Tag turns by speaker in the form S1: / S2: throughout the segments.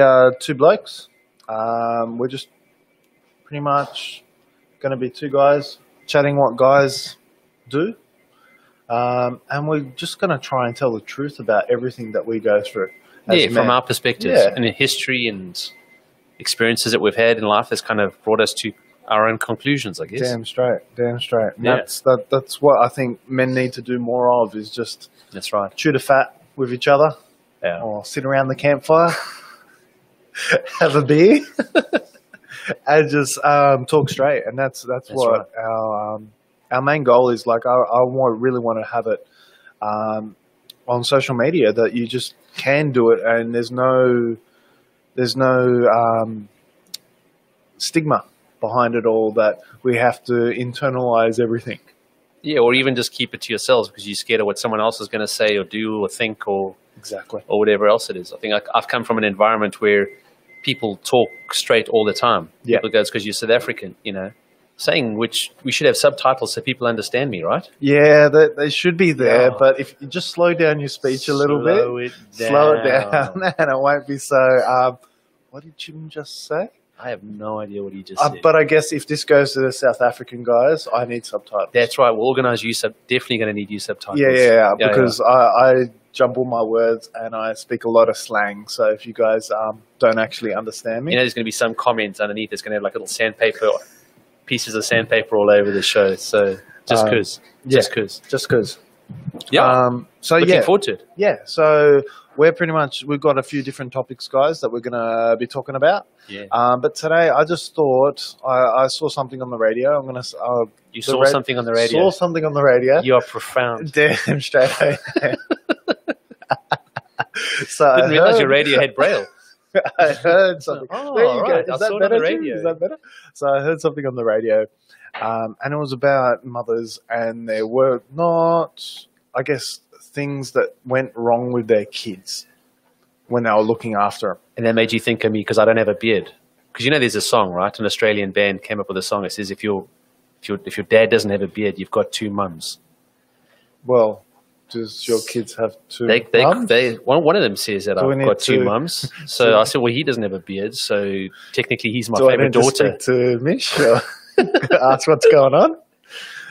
S1: uh, two blokes. Um, we're just pretty much going to be two guys chatting what guys do. Um, and we're just going to try and tell the truth about everything that we go through. as
S2: yeah,
S1: men.
S2: from our perspectives
S1: Yeah.
S2: and the history and experiences that we've had in life has kind of brought us to our own conclusions, I guess.
S1: Damn straight, damn straight. And
S2: Yeah.
S1: That's that. That's what I think men need to do more of is just
S2: That's right.
S1: chew the fat with each other,
S2: Yeah.
S1: or sit around the campfire, have a beer, and just um, talk straight. And that's that's,
S2: That's
S1: what
S2: right.
S1: our um, our main goal is. Like I, I want, really want to have it um, on social media that you just can do it, and there's no there's no um, stigma behind it all that we have to internalize everything.
S2: Yeah, or even just keep it to yourselves because you're scared of what someone else is going to say or do or think or,
S1: Exactly.
S2: or whatever else it is. I think I, I've come from an environment where people talk straight all the time.
S1: Yeah.
S2: People go, because you're South African, you know, saying which we should have subtitles so people understand me, right?
S1: Yeah, they, they should be there,
S2: Yeah.
S1: but if you just slow down your speech a little bit, slow it down, and it won't be so. Um, what did Jim just say?
S2: I have no idea what he just
S1: Uh,
S2: said.
S1: but I guess if this goes to the South African guys, I need subtitles.
S2: That's right. We'll organize you sub. Definitely going to need you subtitles.
S1: yeah, yeah, yeah,
S2: Yeah,
S1: because I, I jumble my words and I speak a lot of slang. So if you guys um, don't actually understand me,
S2: You know, there's going to be some comments underneath. It's going to have like little sandpaper pieces of sandpaper all over the show. So just
S1: Um,
S2: cause,
S1: yeah.
S2: just cause.
S1: just because.
S2: Yeah.
S1: Um, so
S2: Looking
S1: yeah,
S2: forward to it.
S1: yeah. So we're pretty much we've got a few different topics, guys, that we're gonna be talking about.
S2: Yeah.
S1: Um, but today, I just thought I, I saw something on the radio. I'm gonna s- uh, the
S2: You saw
S1: red-
S2: something on the radio.
S1: Saw something on the radio.
S2: You are profound.
S1: Damn straight. away. so I
S2: Didn't realize
S1: heard,
S2: your radio had braille.
S1: I heard something.
S2: Oh,
S1: there you
S2: right.
S1: go.
S2: I
S1: Is that
S2: saw it on the
S1: better? Jim?
S2: radio.
S1: Is that better? So I heard something on the radio, um, and it was about mothers and their were not, I guess, things that went wrong with their kids when they were looking after them.
S2: And that made you think of me because I don't have a beard. Because you know, there's a song, right? An Australian band came up with a song that says, "If your, if your, if your dad doesn't have a beard, you've got two mums."
S1: Well, does your kids have two?
S2: They, they,
S1: mums?
S2: they, one, one of them says that
S1: Do we
S2: I've
S1: need
S2: got two
S1: to-
S2: mums. So I said, well, he doesn't have a beard, so technically he's my
S1: Do I
S2: favorite
S1: need to speak
S2: daughter.
S1: to Mish? or Ask what's going on.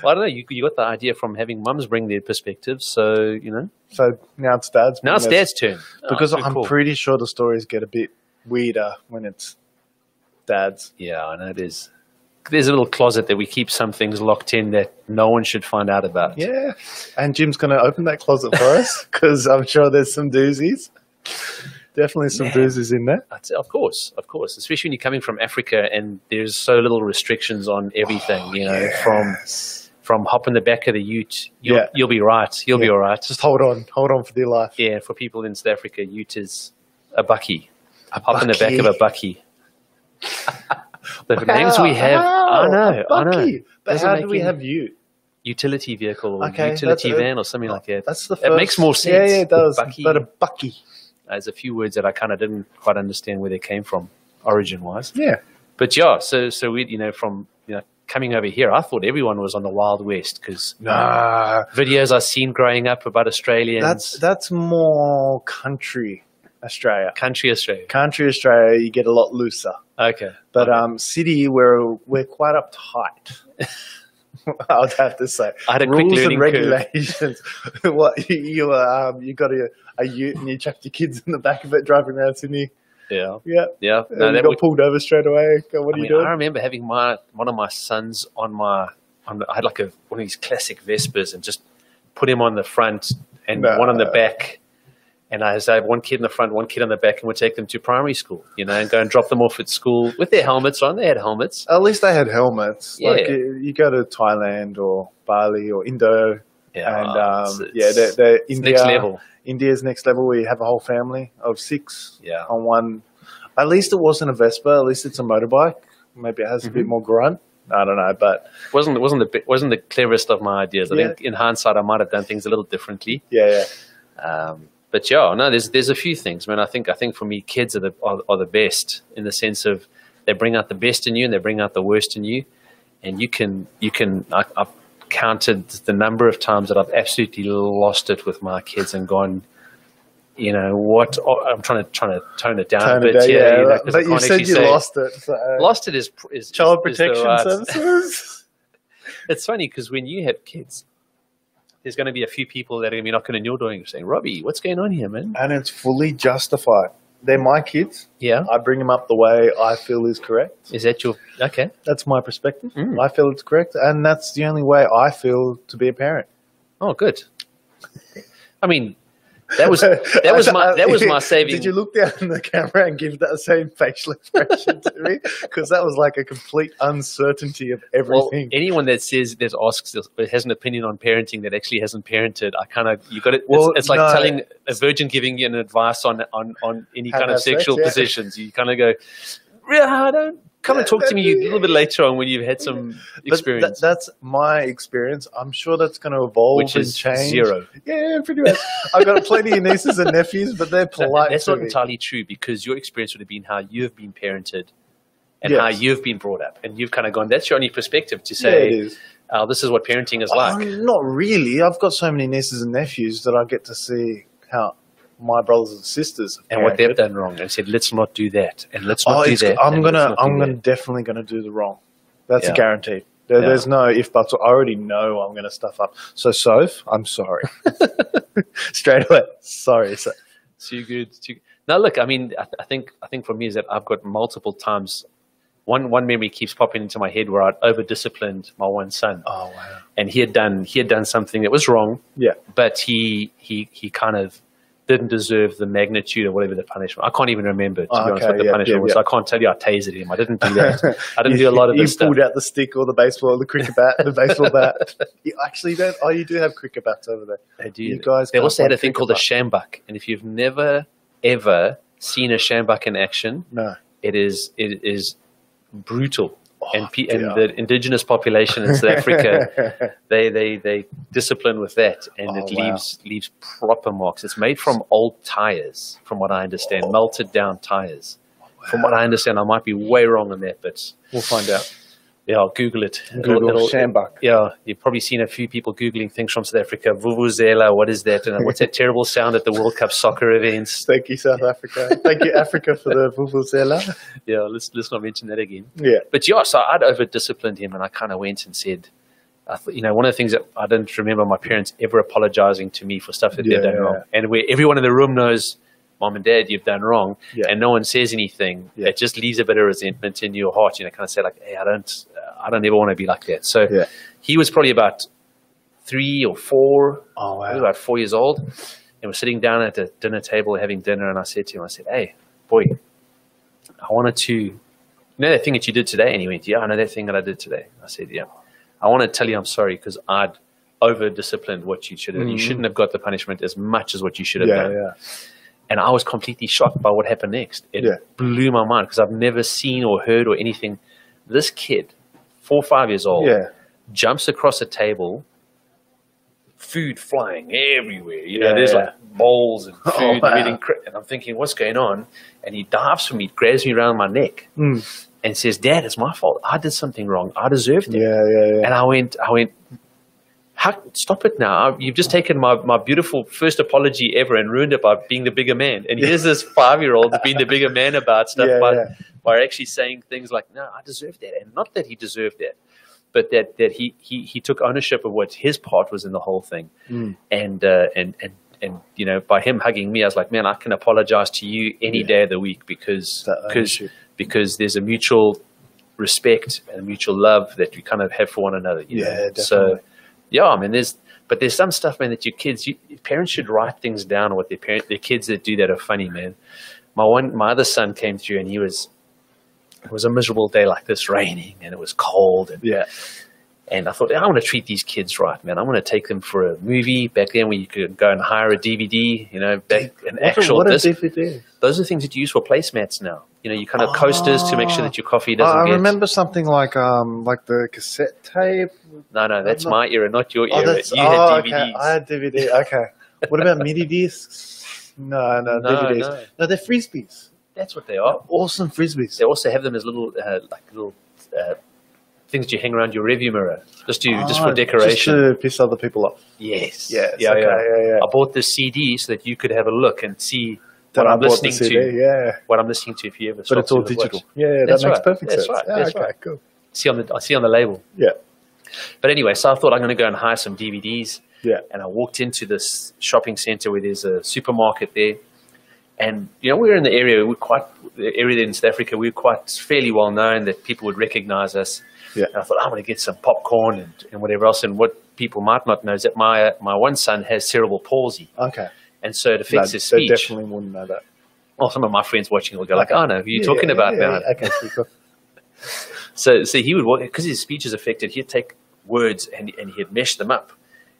S2: Well, I don't know. You, you got the idea from having mums bring their perspectives. So you know,
S1: So now it's dad's.
S2: now it's
S1: business.
S2: dad's turn Oh,
S1: because
S2: good
S1: I'm
S2: call.
S1: pretty sure the stories get a bit weirder when it's dads.
S2: yeah, I know. There's there's a little closet that we keep some things locked in that no one should find out about.
S1: Yeah, and Jim's going to open that closet for us because I'm sure there's some doozies. Definitely some
S2: Man.
S1: doozies in there.
S2: That's, of course, of course, especially when you're coming from Africa and there's so little restrictions on everything. you know, from
S1: Yes.
S2: from hopping the back of the Ute, you'll,
S1: Yeah.
S2: you'll be right. You'll be
S1: Yeah.
S2: all right.
S1: just hold on, hold on for dear life.
S2: Yeah, for people in South Africa, Ute is a bucky. A Hop in the back of a bucky. the names we have, I know, I know.
S1: But
S2: Doesn't
S1: how
S2: make
S1: do we
S2: any-
S1: have you?
S2: Utility vehicle or
S1: Okay,
S2: utility
S1: that's it.
S2: van or something like that.
S1: That's the
S2: It
S1: first.
S2: makes more sense.
S1: Yeah, yeah it does.
S2: Bucky.
S1: But a bucky.
S2: There's a few words that I kind of didn't quite understand where they came from, origin wise.
S1: Yeah.
S2: But yeah, so so we, you know, from you know coming over here, I thought everyone was on the Wild West because
S1: Nah,
S2: videos I've seen growing up about Australians,
S1: that's that's more country Australia.
S2: country Australia.
S1: Country Australia, you get a lot looser.
S2: Okay,
S1: But um, city, we're we're quite uptight. I'd have to say
S2: I had a quick
S1: rules and
S2: learning curve.
S1: regulations. what you, you uh, um, you got a, a ute and you chucked your kids in the back of it driving around Sydney.
S2: Yeah,
S1: Yeah,
S2: yeah.
S1: and
S2: No,
S1: you
S2: that
S1: got
S2: would-
S1: pulled over straight away. Go, what
S2: I
S1: are
S2: mean,
S1: you
S2: I
S1: doing?
S2: remember having my one of my sons on my on the, I had like a one of these classic Vespers and just put him on the front and
S1: No.
S2: one on the back. And I was I have one kid in the front, one kid on the back, and we'd take them to primary school, you know, and go and drop them off at school with their helmets on. They had helmets.
S1: At least they had helmets. Like
S2: Yeah.
S1: you, you go to Thailand or Bali or Indo,
S2: Yeah,
S1: and
S2: it's-
S1: um,
S2: it's-
S1: yeah, they're, they're
S2: it's
S1: India.
S2: next level.
S1: India's next level. We have a whole family of six
S2: Yeah.
S1: on one. At least it wasn't a Vespa. At least it's a motorbike. Maybe it has a bit more grunt. I don't know, but
S2: wasn't wasn't the bi- wasn't the cleverest of my ideas. I
S1: Yeah.
S2: think in hindsight, I might have done things a little differently.
S1: yeah, yeah.
S2: Um, but yeah, no, there's there's a few things. I mean, I think I think for me, kids are the are, are the best in the sense of they bring out the best in you and they bring out the worst in you, and you can you can I, I've counted the number of times that I've absolutely lost it with my kids and gone. you know what oh, I'm trying to trying to tone it down
S1: Tone
S2: a
S1: it
S2: bit.
S1: down,
S2: yeah, you know, 'cause I
S1: but you
S2: can't
S1: said
S2: actually
S1: you
S2: say-
S1: lost it. So. uh,
S2: Lost it is is
S1: Child
S2: is- is the
S1: protection
S2: right-
S1: services.
S2: It's funny because when you have kids, there's going to be a few people that are going to be knocking on your door and saying, "Robbie, what's going on here, man?"
S1: and it's fully justified. They're my kids.
S2: Yeah,
S1: I bring them up the way I feel is correct.
S2: is that your okay?
S1: That's my perspective.
S2: Mm.
S1: I feel it's correct, and that's the only way I feel to be a parent.
S2: Oh, good. I mean, that was that was my that was my saving.
S1: Did you look down in the camera and give that same facial expression to me? Because that was like a complete uncertainty of
S2: well,
S1: everything.
S2: anyone that says that asks that has an opinion on parenting that actually hasn't parented, I kind of you got it.
S1: Well,
S2: it's, it's like
S1: no.
S2: telling a virgin giving you an advice on on on any
S1: How
S2: kind
S1: to
S2: of
S1: have sex,
S2: sexual
S1: yeah.
S2: positions. You kind of go, yeah, I don't. Come and
S1: Yeah,
S2: talk to me
S1: that-
S2: a little bit later on when you've had some
S1: But that-
S2: experience,
S1: that's my experience. I'm sure that's going to evolve
S2: which
S1: and
S2: is
S1: change.
S2: zero.
S1: Yeah, pretty much. I've got plenty of nieces and nephews, but they're
S2: No,
S1: polite.
S2: that's
S1: to
S2: not
S1: me.
S2: entirely true because your experience would have been how you've been parented and
S1: Yes.
S2: how you've been brought up, and you've kind of gone. That's your only perspective to
S1: Yeah, it
S2: say,
S1: is.
S2: oh, "This is what parenting is like."
S1: Oh, not really. I've got so many nieces and nephews that I get to see how my brothers and sisters
S2: and what
S1: parented.
S2: they've done wrong and said, let's not do that and let's
S1: Oh,
S2: not do
S1: it's-
S2: that.
S1: I'm
S2: and
S1: gonna,
S2: let's not do
S1: I'm
S2: that."
S1: gonna definitely gonna do the wrong. That's
S2: Yeah.
S1: a guarantee. There,
S2: Yeah.
S1: There's no if buts. I already know I'm gonna stuff up. So, Soph, I'm sorry. Straight away, sorry. So,
S2: Too good. Too... Now, look, I mean, I, th- I think, I think for me is that I've got multiple times. One, one memory keeps popping into my head where I'd over disciplined my one son,
S1: oh wow.
S2: and he had done he had done something that was wrong,
S1: Yeah.
S2: but he he he kind of didn't deserve the magnitude or whatever the punishment. I can't even remember to
S1: Oh,
S2: be honest
S1: okay,
S2: what the
S1: yeah,
S2: punishment
S1: yeah,
S2: was.
S1: yeah.
S2: I can't tell you I tasered him. I didn't do that. I didn't do a lot of
S1: you
S2: this stuff.
S1: pulled out the stick or the baseball, the cricket bat, the baseball bat. You actually don't. Oh, you do have cricket bats over there.
S2: They do.
S1: You guys
S2: They
S1: can't
S2: also had
S1: play
S2: a thing
S1: cricket
S2: called a
S1: bat.
S2: shambuck, and if you've never ever seen a shambuck in action,
S1: No.
S2: it is it is brutal.
S1: Oh,
S2: and, pe- and
S1: dear.
S2: the indigenous population in South Africa, they, they, they discipline with that, and
S1: Oh,
S2: it
S1: wow.
S2: leaves leaves proper marks. It's made from old tires, from what I understand,
S1: Oh.
S2: melted down tires. From what I understand, I might be way wrong on that, but
S1: We'll find out.
S2: yeah, I'll Google it. It'll-
S1: Google
S2: it'll-
S1: Shambuck.
S2: yeah, you've probably seen a few people googling things from South Africa. Vuvuzela, what is that? And what's that terrible sound at the World Cup soccer events?
S1: Thank you, South Africa. Thank you, Africa, for the vuvuzela.
S2: Yeah, let's let's not mention that again.
S1: Yeah.
S2: But yeah, so I'd over disciplined him, and I kind of went and said, I th- you know, one of the things that I didn't remember my parents ever apologizing to me for stuff that
S1: Yeah,
S2: they've done
S1: yeah,
S2: wrong, and where everyone in the room knows. Mom and Dad, you've done wrong,
S1: Yeah.
S2: and no one says anything.
S1: Yeah.
S2: It just leaves a bit of resentment in your heart, you know. Kind of say like, "Hey, I don't, I don't ever want to be like that." So
S1: Yeah.
S2: he was probably about three or four
S1: Oh
S2: I was about four years old, and we're sitting down at the dinner table having dinner. And I said to him, I said, "Hey, boy, I wanted to, you know that thing that you did today." And he went, "Yeah, I know that thing that I did today." I said, "Yeah, I want to tell you I'm sorry because I'd over disciplined what you should have. You
S1: Mhm.
S2: shouldn't have got the punishment as much as what you should have
S1: Yeah,
S2: done."
S1: yeah.
S2: And I was completely shocked by what happened next. It
S1: Yeah.
S2: blew my mind because I've never seen or heard or anything. This kid, four or five years old,
S1: Yeah.
S2: jumps across a table, food flying everywhere. You know,
S1: Yeah,
S2: there's
S1: yeah.
S2: like bowls and food
S1: Oh,
S2: and
S1: wow.
S2: everything. cra- And I'm thinking, what's going on? And he dives for me, grabs me around my neck,
S1: Mm.
S2: and says, "Dad, it's my fault. I did something wrong. I deserved it."
S1: Yeah, yeah, yeah.
S2: And I went, I went. How, stop it now. You've just taken my, my beautiful first apology ever and ruined it by being the bigger man. And here's this five year old being the bigger man about stuff
S1: Yeah,
S2: by,
S1: yeah.
S2: by actually saying things like, no, I deserve that. And not that he deserved that, but that, that he, he, he took ownership of what his part was in the whole thing.
S1: Mm.
S2: And, uh, and, and, and, you know, by him hugging me, I was like, man, I can apologize to you any day of the week because,
S1: That
S2: because,
S1: ownership.
S2: because there's a mutual respect and mutual love that we kind of have for one another. You
S1: Yeah,
S2: know? So,
S1: definitely.
S2: yeah, I mean, there's but there's some stuff, man, that your kids, you, your parents should write things down. What their parent, their kids that do that are funny, man. My one, my other son came through, and he was. It was a miserable day like this, raining, and it was cold, and
S1: Yeah.
S2: and I thought, I want to treat these kids right, man. I want to take them for a movie back then where you could go and hire a DVD, you know, back an
S1: What a,
S2: actual
S1: what a
S2: disc.
S1: DVD.
S2: Those are things that you use for placemats now. You know, you kind of coasters to make sure that your coffee
S1: I,
S2: doesn't
S1: I
S2: get.
S1: remember something like um like the cassette tape.
S2: No, no, that's
S1: not-
S2: my era, not your era. you had
S1: oh,
S2: DVDs.
S1: okay. I had DVD. Okay. What about MIDI discs? No, no,
S2: No,
S1: DVDs.
S2: no.
S1: No. they're frisbees.
S2: That's what they are.
S1: Awesome frisbees.
S2: They also have them as little, uh, like little uh, things you hang around your review mirror just to just for
S1: Ah,
S2: decoration.
S1: Just to piss other people off.
S2: yes.
S1: Yes.
S2: Yeah,
S1: okay,
S2: yeah.
S1: yeah, yeah.
S2: I bought this CD so that you could have a look and see
S1: Then
S2: what
S1: I
S2: I'm
S1: bought the
S2: listening
S1: CD,
S2: to.
S1: yeah.
S2: What I'm listening to if you ever.
S1: But
S2: stop
S1: it's all
S2: to the works.
S1: digital. Yeah, yeah, that
S2: That's
S1: makes
S2: right,
S1: perfect
S2: that's
S1: sense.
S2: right,
S1: Yeah,
S2: that's
S1: okay,
S2: right.
S1: cool.
S2: See on the I see on the label.
S1: Yeah,
S2: But anyway, so I thought I'm going to go and hire some DVDs.
S1: yeah.
S2: And I walked into this shopping center where there's a supermarket there. And, you know, we were in the area, we were quite, the area in South Africa, we were quite fairly well known that people would recognize us.
S1: Yeah.
S2: And I thought, "Oh, I'm going to get some popcorn and, and whatever else. And what people might not know is that my, my one son has cerebral palsy.
S1: Okay.
S2: And so to
S1: No,
S2: fix his
S1: They
S2: speech,
S1: definitely wouldn't know that.
S2: well, some of my friends watching will go like, oh, no, who are you
S1: Yeah,
S2: talking
S1: yeah,
S2: about
S1: yeah,
S2: now?
S1: yeah, Okay, cool, cool.
S2: So, so he would walk because his speech is affected. He'd take words and, and he'd mesh them up,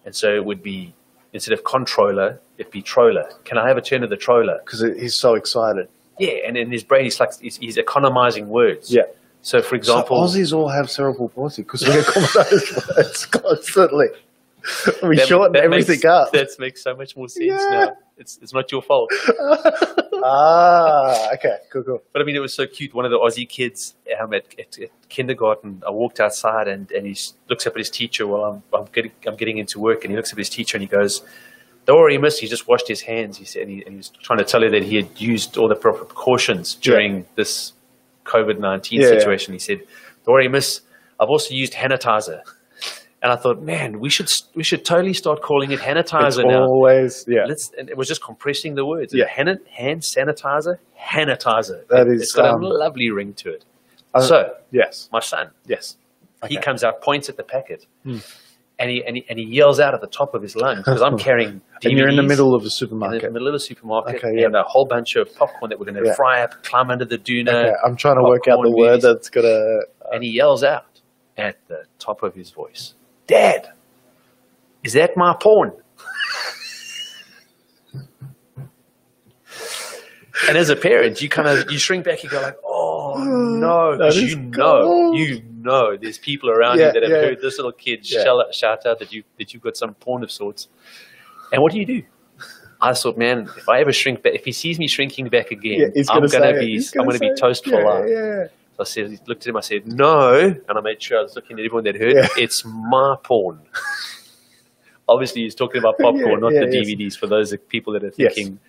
S2: and so it would be instead of controller, it'd be troller. Can I have a turn of the troller?
S1: Because he's so excited.
S2: Yeah, and in his brain, he's like he's, he's economizing words.
S1: Yeah.
S2: So, for example,
S1: so Aussies all have cerebral palsy because we accommodate those words constantly. We
S2: that-
S1: shorten
S2: that
S1: everything
S2: makes,
S1: up.
S2: That makes so much more sense
S1: Yeah.
S2: now. It's it's not your fault.
S1: ah, okay, cool, cool.
S2: But I mean, it was so cute. One of the Aussie kids um, at, at, at kindergarten, I walked outside and, and he s- looks up at his teacher while I'm, I'm, getting, I'm getting into work. And he looks up at his teacher and he goes, Don't worry, miss. He just washed his hands. He said, and he, and he was trying to tell her that he had used all the proper precautions during this COVID 19
S1: Yeah, yeah.
S2: situation. He said, Don't worry, miss. I've also used sanitizer. And I thought, man, we should s- we should totally start calling it
S1: It's
S2: sanitizer now.
S1: always, yeah.
S2: Let's, and it was just compressing the words.
S1: Yeah.
S2: Hand, hand sanitizer, sanitizer.
S1: That
S2: It-
S1: is,
S2: it's got
S1: um,
S2: a lovely ring to it.
S1: Uh,
S2: so,
S1: Yes,
S2: my son,
S1: yes.
S2: he comes out, points at the packet,
S1: Hmm.
S2: and, he, and he and he yells out at the top of his lungs because I'm carrying DVDs
S1: And you're in the middle of a
S2: in the
S1: supermarket.
S2: middle of the supermarket
S1: Okay, yeah.
S2: and a whole bunch of popcorn that we're going to
S1: Yeah.
S2: fry up, climb under the doona,
S1: Okay, I'm trying to work out the
S2: popcorn
S1: word
S2: movies.
S1: that's going to.
S2: and he yells out at the top of his voice, "Dad, is that my porn?" and as a parent, you kind of you shrink back. You go like, "Oh no!"
S1: That
S2: 'cause
S1: is
S2: you know,
S1: cool.
S2: you know, there's people around
S1: Yeah,
S2: you that have
S1: yeah.
S2: heard this little kid
S1: Yeah.
S2: shell out, shout out that you that you've got some porn of sorts. And what do you do? I thought, man, if I ever shrink back, if he sees me shrinking back again,
S1: Yeah, he's
S2: I'm
S1: gonna
S2: gonna
S1: say it.
S2: be,
S1: He's
S2: I'm gonna be
S1: say it.
S2: toast for
S1: yeah,
S2: life.
S1: Yeah,
S2: I said, looked at him. I said, "No," and I made sure I was looking at everyone that heard.
S1: Yeah.
S2: It's my porn. Obviously, he's talking about popcorn,
S1: Yeah,
S2: not
S1: yeah,
S2: the
S1: yes.
S2: DVDs. For those people that are
S1: Yes.
S2: thinking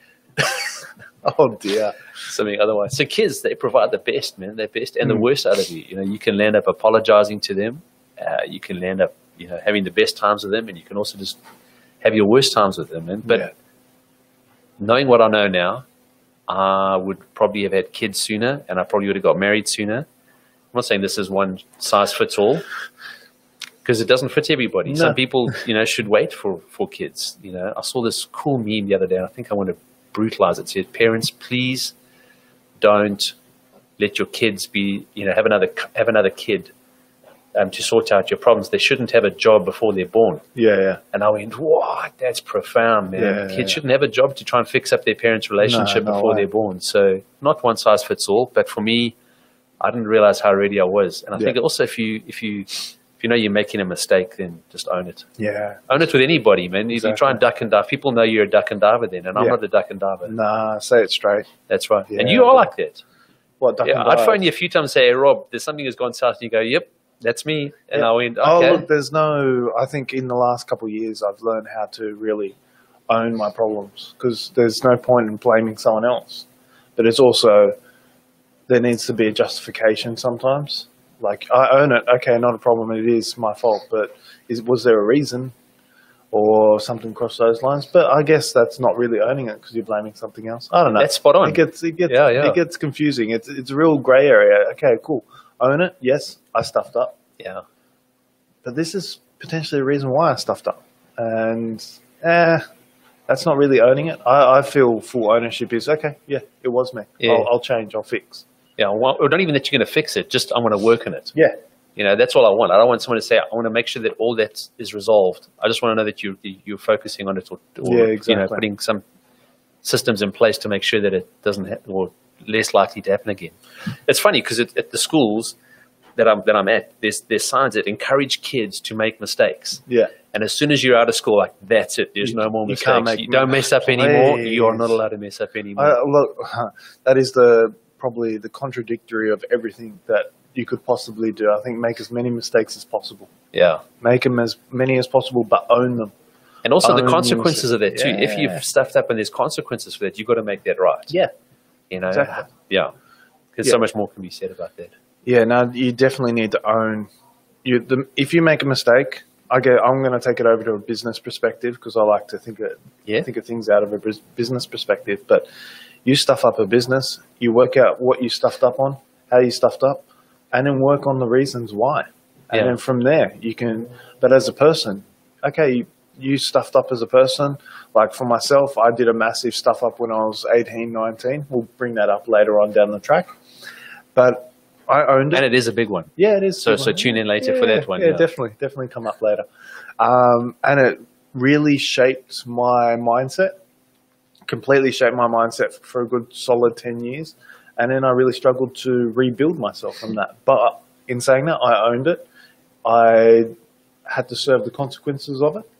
S1: Oh dear.
S2: something otherwise, so kids they provide the best, man, their best
S1: Mm.
S2: and the worst out of you. You know, you can land up apologizing to them. Uh, you can land up, you know, having the best times with them, and you can also just have your worst times with them. Man. But
S1: Yeah.
S2: knowing what I know now, I would probably have had kids sooner and I probably would have got married sooner. I'm not saying this is one size fits all because it doesn't fit everybody.
S1: No.
S2: Some people, you know, should wait for, for kids. You know, I saw this cool meme the other day and I think I want to brutalize it. It said, parents, please don't let your kids be, you know, have another, have another kid um, to sort out your problems. They shouldn't have a job before they're born.
S1: yeah, yeah.
S2: And I went, wow, that's profound, man.
S1: Yeah,
S2: Kids
S1: yeah, yeah.
S2: shouldn't have a job to try and fix up their parents' relationship
S1: no
S2: before
S1: way.
S2: they're born. So not one size fits all. But for me, I didn't realize how ready I was. And I
S1: Yeah.
S2: think also if you if you if you know you're making a mistake, then just own it.
S1: Yeah.
S2: Own it with anybody, man. If you try and duck and dive, people know you're a duck and diver then, and I'm
S1: Yeah.
S2: not a duck and diver.
S1: Nah, say it straight.
S2: That's right. and
S1: Yeah,
S2: you are
S1: but-
S2: like that.
S1: What? Duck
S2: Yeah,
S1: and
S2: I'd
S1: dive?
S2: phone you a few times and say, hey, Rob, there's something that's gone south. And you go, yep, that's me. And
S1: Yeah.
S2: I went, okay.
S1: Oh, look, there's no. I think in the last couple of years, I've learned how to really own my problems because there's no point in blaming someone else. But it's also there needs to be a justification sometimes. Like I own it, okay, not a problem. It is my fault, but is was there a reason or something across those lines? But I guess that's not really owning it because you're blaming something else. I don't know.
S2: That's spot on.
S1: It gets it gets
S2: Yeah, yeah.
S1: it gets confusing. It's it's a real grey area. Okay, cool. Own it. Yes, I stuffed up
S2: yeah.
S1: but this is potentially the reason why I stuffed up. And eh, that's not really owning it. I, I feel full ownership is okay. Yeah, it was me.
S2: Yeah.
S1: I'll, I'll change. I'll fix.
S2: Yeah. Well, or not even that you're going to fix it, just I'm going to work on it.
S1: Yeah,
S2: You know, that's all I want. I don't want someone to say, I want to make sure that all that is resolved. I just want to know that you, you're focusing on it or, or
S1: Yeah,
S2: you know,
S1: exactly.
S2: putting some systems in place to make sure that it doesn't happen or less likely to happen again. It's funny because at, at the schools that I'm, that I'm at, there's, there's signs that encourage kids to make mistakes.
S1: yeah.
S2: And as soon as you're out of school, like, that's it. There's
S1: You-
S2: no more
S1: you
S2: mistakes.
S1: can't make
S2: You don't mess up anymore. You are not
S1: mistakes.
S2: allowed to mess up anymore.
S1: I, look, that is the probably the contradictory of everything that you could possibly do. I think make as many mistakes as possible.
S2: Yeah.
S1: Make them as many as possible, but own them.
S2: And also the
S1: Own
S2: consequences of that too. If
S1: Yeah.
S2: you've stuffed up and there's consequences for that, you've got to make that right.
S1: Yeah.
S2: You know?
S1: Exactly.
S2: Yeah. Because so
S1: Yeah.
S2: much more can be said about that.
S1: Yeah, no, you definitely need to own. You, the, if you make a mistake, I go. I'm going to take it over to a business perspective because I like to think of
S2: Yeah.
S1: think of things out of a bus- business perspective. But you stuff up a business, you work out what you stuffed up on, how you stuffed up, and then work on the reasons why. And
S2: Yeah.
S1: then from there, you can. But as a person, okay, you, you stuffed up as a person. Like for myself, I did a massive stuff up when I was 18, 19. We'll bring that up later on down the track. But I owned it.
S2: And it is a big one.
S1: Yeah, it is.
S2: So-
S1: good
S2: so
S1: one.
S2: tune in later for that one,
S1: Yeah,
S2: yeah.
S1: definitely, definitely come up later. Um, and it really shaped my mindset, completely shaped my mindset for a good solid ten years, and then I really struggled to rebuild myself from that. But in saying that, I owned it. I had to serve the consequences of it,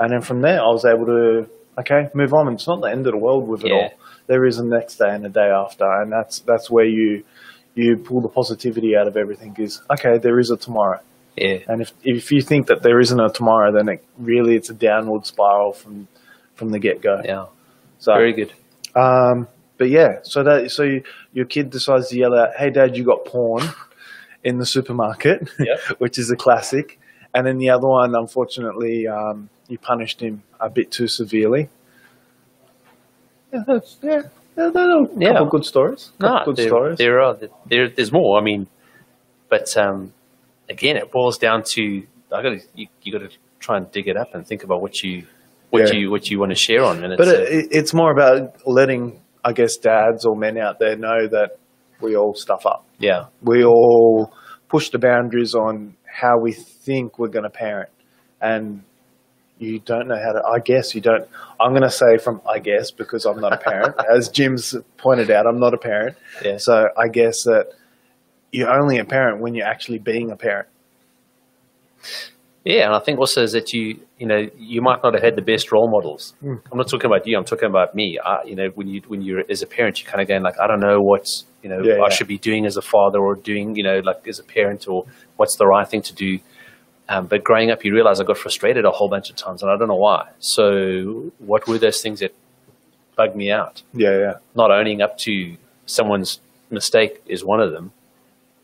S1: and then from there, I was able to okay move on. And it's not the end of the world with it
S2: Yeah.
S1: all. There is a next day and a day after, and that's that's where you you pull the positivity out of everything is okay there is a tomorrow
S2: Yeah.
S1: and if, if you think that there isn't a tomorrow then it really it's a downward spiral from from the get-go
S2: Yeah.
S1: so
S2: Very good.
S1: um but yeah so that so you, your kid decides to yell out hey dad you got porn in the supermarket
S2: Yep.
S1: which is a classic and then the other one unfortunately um, you punished him a bit too severely yeah that's yeah they're, they're a couple
S2: Yeah.
S1: good stories
S2: No,
S1: Couple good
S2: there,
S1: stories
S2: there are there, there's more. I mean, but um, again, it boils down to I got to you, you got to try and dig it up and think about what you what
S1: Yeah.
S2: you what you want to share on. And it's,
S1: But
S2: uh,
S1: it, it- it's more about letting, I guess, dads or men out there know that we all stuff up.
S2: yeah,
S1: We all push the boundaries on how we think we're going to parent. And you don't know how to, I guess, you don't. I'm going to say from I guess because I'm not a parent. As Jim's pointed out, I'm not a parent.
S2: yeah,
S1: So I guess that you're only a parent when you're actually being a parent.
S2: yeah. And I think also is that you you know you might not have had the best role models.
S1: Hmm.
S2: I'm not talking about you. I'm talking about me. I, you know, when you when you're as a parent, you're kind of going like, I don't know what's you know
S1: Yeah,
S2: I
S1: yeah.
S2: should be doing as a father or doing you know like as a parent or what's the right thing to do. Um, but growing up, you realize I got frustrated a whole bunch of times, and I don't know why. So, what were those things that bugged me out?
S1: Yeah, yeah.
S2: Not owning up to someone's mistake is one of them,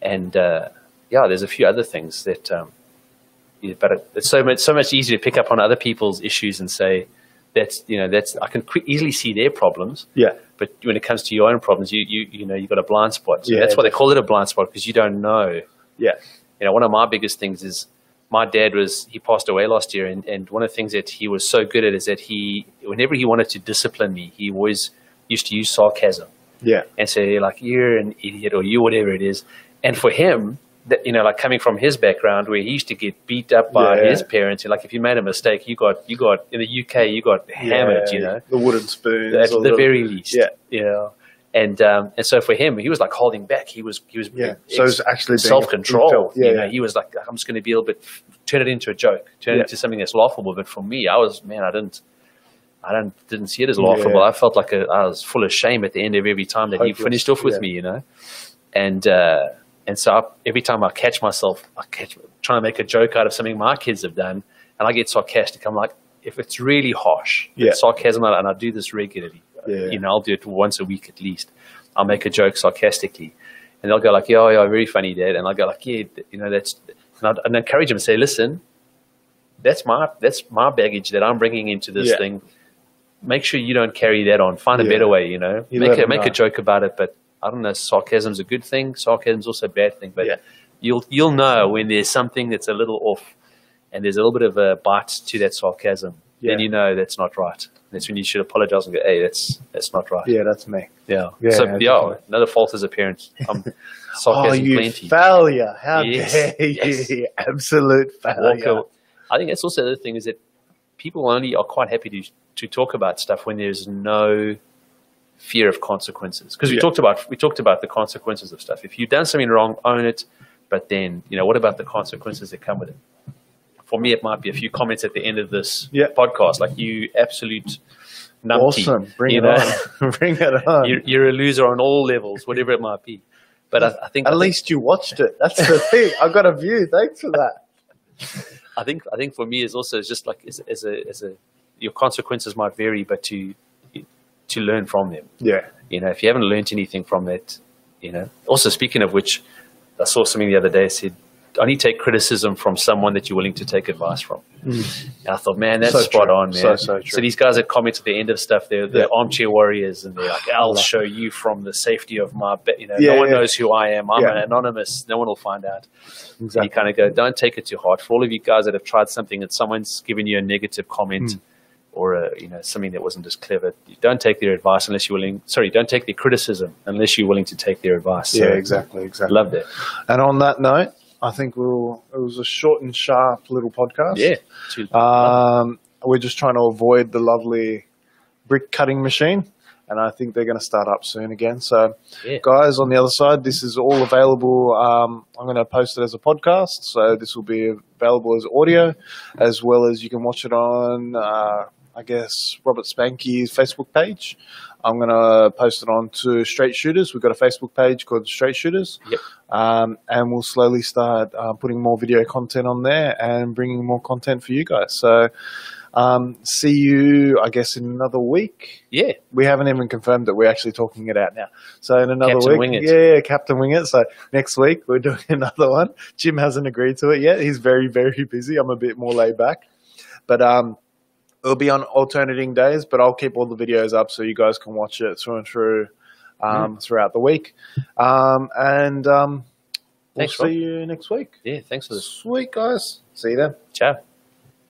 S2: and uh, yeah, there's a few other things that. Um, yeah, but it, it's so much so much easier to pick up on other people's issues and say, "That's you know that's I can quick, easily see their problems."
S1: Yeah.
S2: But when it comes to your own problems, you you you know you've got a blind spot. So
S1: Yeah,
S2: that's why they call it a blind spot because you don't know
S1: Yeah.
S2: you know, one of my biggest things is my dad was he passed away last year, and, and one of the things that he was so good at is that he, whenever he wanted to discipline me, he always used to use sarcasm
S1: Yeah.
S2: and say like you're an idiot or you whatever it is. And for him, that you know, like coming from his background where he used to get beat up by
S1: Yeah.
S2: his parents, and like if you made a mistake, you got you got in the UK, you got hammered,
S1: Yeah,
S2: you know
S1: The wooden spoons.
S2: at
S1: or
S2: the very least.
S1: Yeah.
S2: you know. And um, and so for him, he was like holding back. He was he was
S1: Yeah. So it's actually being-
S2: self
S1: he
S2: control.
S1: felt- yeah,
S2: you know,
S1: yeah.
S2: he was like, I'm just going to be a little bit turn it into a joke, turn
S1: Yeah.
S2: it into something that's laughable. But for me, I was man, I didn't. I don't, didn't see it as laughable.
S1: Yeah.
S2: I felt like a, I was full of shame at the end of every time that
S1: Hopeless,
S2: he finished off with
S1: yeah.
S2: me, you know. And uh, and so I, every time I catch myself, I catch trying to make a joke out of something my kids have done, and I get sarcastic. I'm like, if it's really harsh,
S1: Yeah.
S2: it's sarcasm, and I do this regularly. uh,
S1: Yeah.
S2: You know, I'll do it once a week at least. I'll make a joke sarcastically, and they'll go like, "Yeah, yeah, very funny, Dad," and I'll go like, "Yeah, th- you know, that's," and I'd, and encourage them and say, "Listen, that's my that's my baggage that I'm bringing into this
S1: Yeah.
S2: thing. Make sure you don't carry that on. Find a
S1: Yeah.
S2: better way, you know.
S1: You let
S2: make a,
S1: 'em
S2: make
S1: know.
S2: a joke about it, but I don't know. Sarcasm's a good thing. Sarcasm's also a bad thing, but
S1: Yeah.
S2: you'll you'll know when there's something that's a little off, and there's a little bit of a bite to that sarcasm. Then
S1: Yeah.
S2: you know that's not right. That's when you should apologize and go, "Hey, that's that's not right."
S1: Yeah, that's me.
S2: Yeah.
S1: Yeah,
S2: so yeah,
S1: yeah, definitely.
S2: another fault as a parent. Um,
S1: Oh,
S2: sarcasm
S1: you
S2: plenty.
S1: failure! How
S2: Yes,
S1: dare you?
S2: yes.
S1: Absolute
S2: Walk
S1: failure.
S2: aw- Uh, I think that's also the other thing is that people only are quite happy to to talk about stuff when there's no fear of consequences. Because we
S1: Yeah.
S2: talked about we talked about the consequences of stuff. If you've done something wrong, own it. But then you know what about the consequences that come with it? For me, it might be a few comments at the end of this
S1: Yeah.
S2: podcast, like you absolute numpty.
S1: Awesome! Bring
S2: you
S1: it
S2: know?
S1: on! Bring it on!
S2: you're, you're a loser on all levels, whatever it might be. But I, I think
S1: At
S2: I think-
S1: least you watched it. That's the thing. I got a view. Thanks for that.
S2: I think I think for me is also is just like as, as a as a your consequences might vary, but to to learn from them.
S1: Yeah.
S2: You know, if you haven't learnt anything from that, you know. Also, speaking of which, I saw something the other day said only take criticism from someone that you're willing to take advice from. And I thought, man, that's
S1: Hmm. So
S2: spot
S1: true.
S2: on, man.
S1: So, so true.
S2: these guys that comment at the end of stuff, they're the
S1: Yeah.
S2: armchair warriors, and they're like, "I'll
S1: love
S2: show you from the safety of my, ba-, you know,
S1: Yeah,
S2: no one
S1: yeah.
S2: knows who I am. I'm
S1: Yeah.
S2: anonymous. No one will find out."
S1: Exactly.
S2: you kind of go, don't take it too hard. For all of you guys that have tried something and someone's given you a negative comment
S1: Hmm.
S2: or a, you know something that wasn't as clever, you don't take their advice unless you're willing. Sorry, don't take their criticism unless you're willing to take their advice. So,
S1: Yeah, exactly,
S2: I
S1: exactly.
S2: love that.
S1: And on that note, I think we'll. It was a short and sharp little podcast.
S2: Yeah. Too-
S1: Um, we're just trying to avoid the lovely brick cutting machine, and I think they're going to start up soon again. So,
S2: Yeah.
S1: guys on the other side, this is all available. Um, I'm going to post it as a podcast, so this will be available as audio, as well as you can watch it on, uh, I guess, Robert Spanky's Facebook page. I'm going to post it on to Straight Shooters. We've got a Facebook page called Straight Shooters.
S2: Yep.
S1: Um, and we'll slowly start uh, putting more video content on there and bringing more content for you guys. So um, see you, I guess, in another week.
S2: yeah.
S1: We haven't even confirmed that we're actually talking it out now. So in another
S2: Captain
S1: week,
S2: Wing It.
S1: yeah, yeah, Captain Wing It. So next week we're doing another one. Jim hasn't agreed to it yet. He's very, very busy. I'm a bit more laid back, but um, it'll be on alternating days. But I'll keep all the videos up so you guys can watch it through and through um, throughout the week. Um, and um, we'll
S2: Thanks,
S1: see
S2: Rob.
S1: you next week.
S2: Yeah. Thanks for this.
S1: Sweet guys, see you then.
S2: Ciao.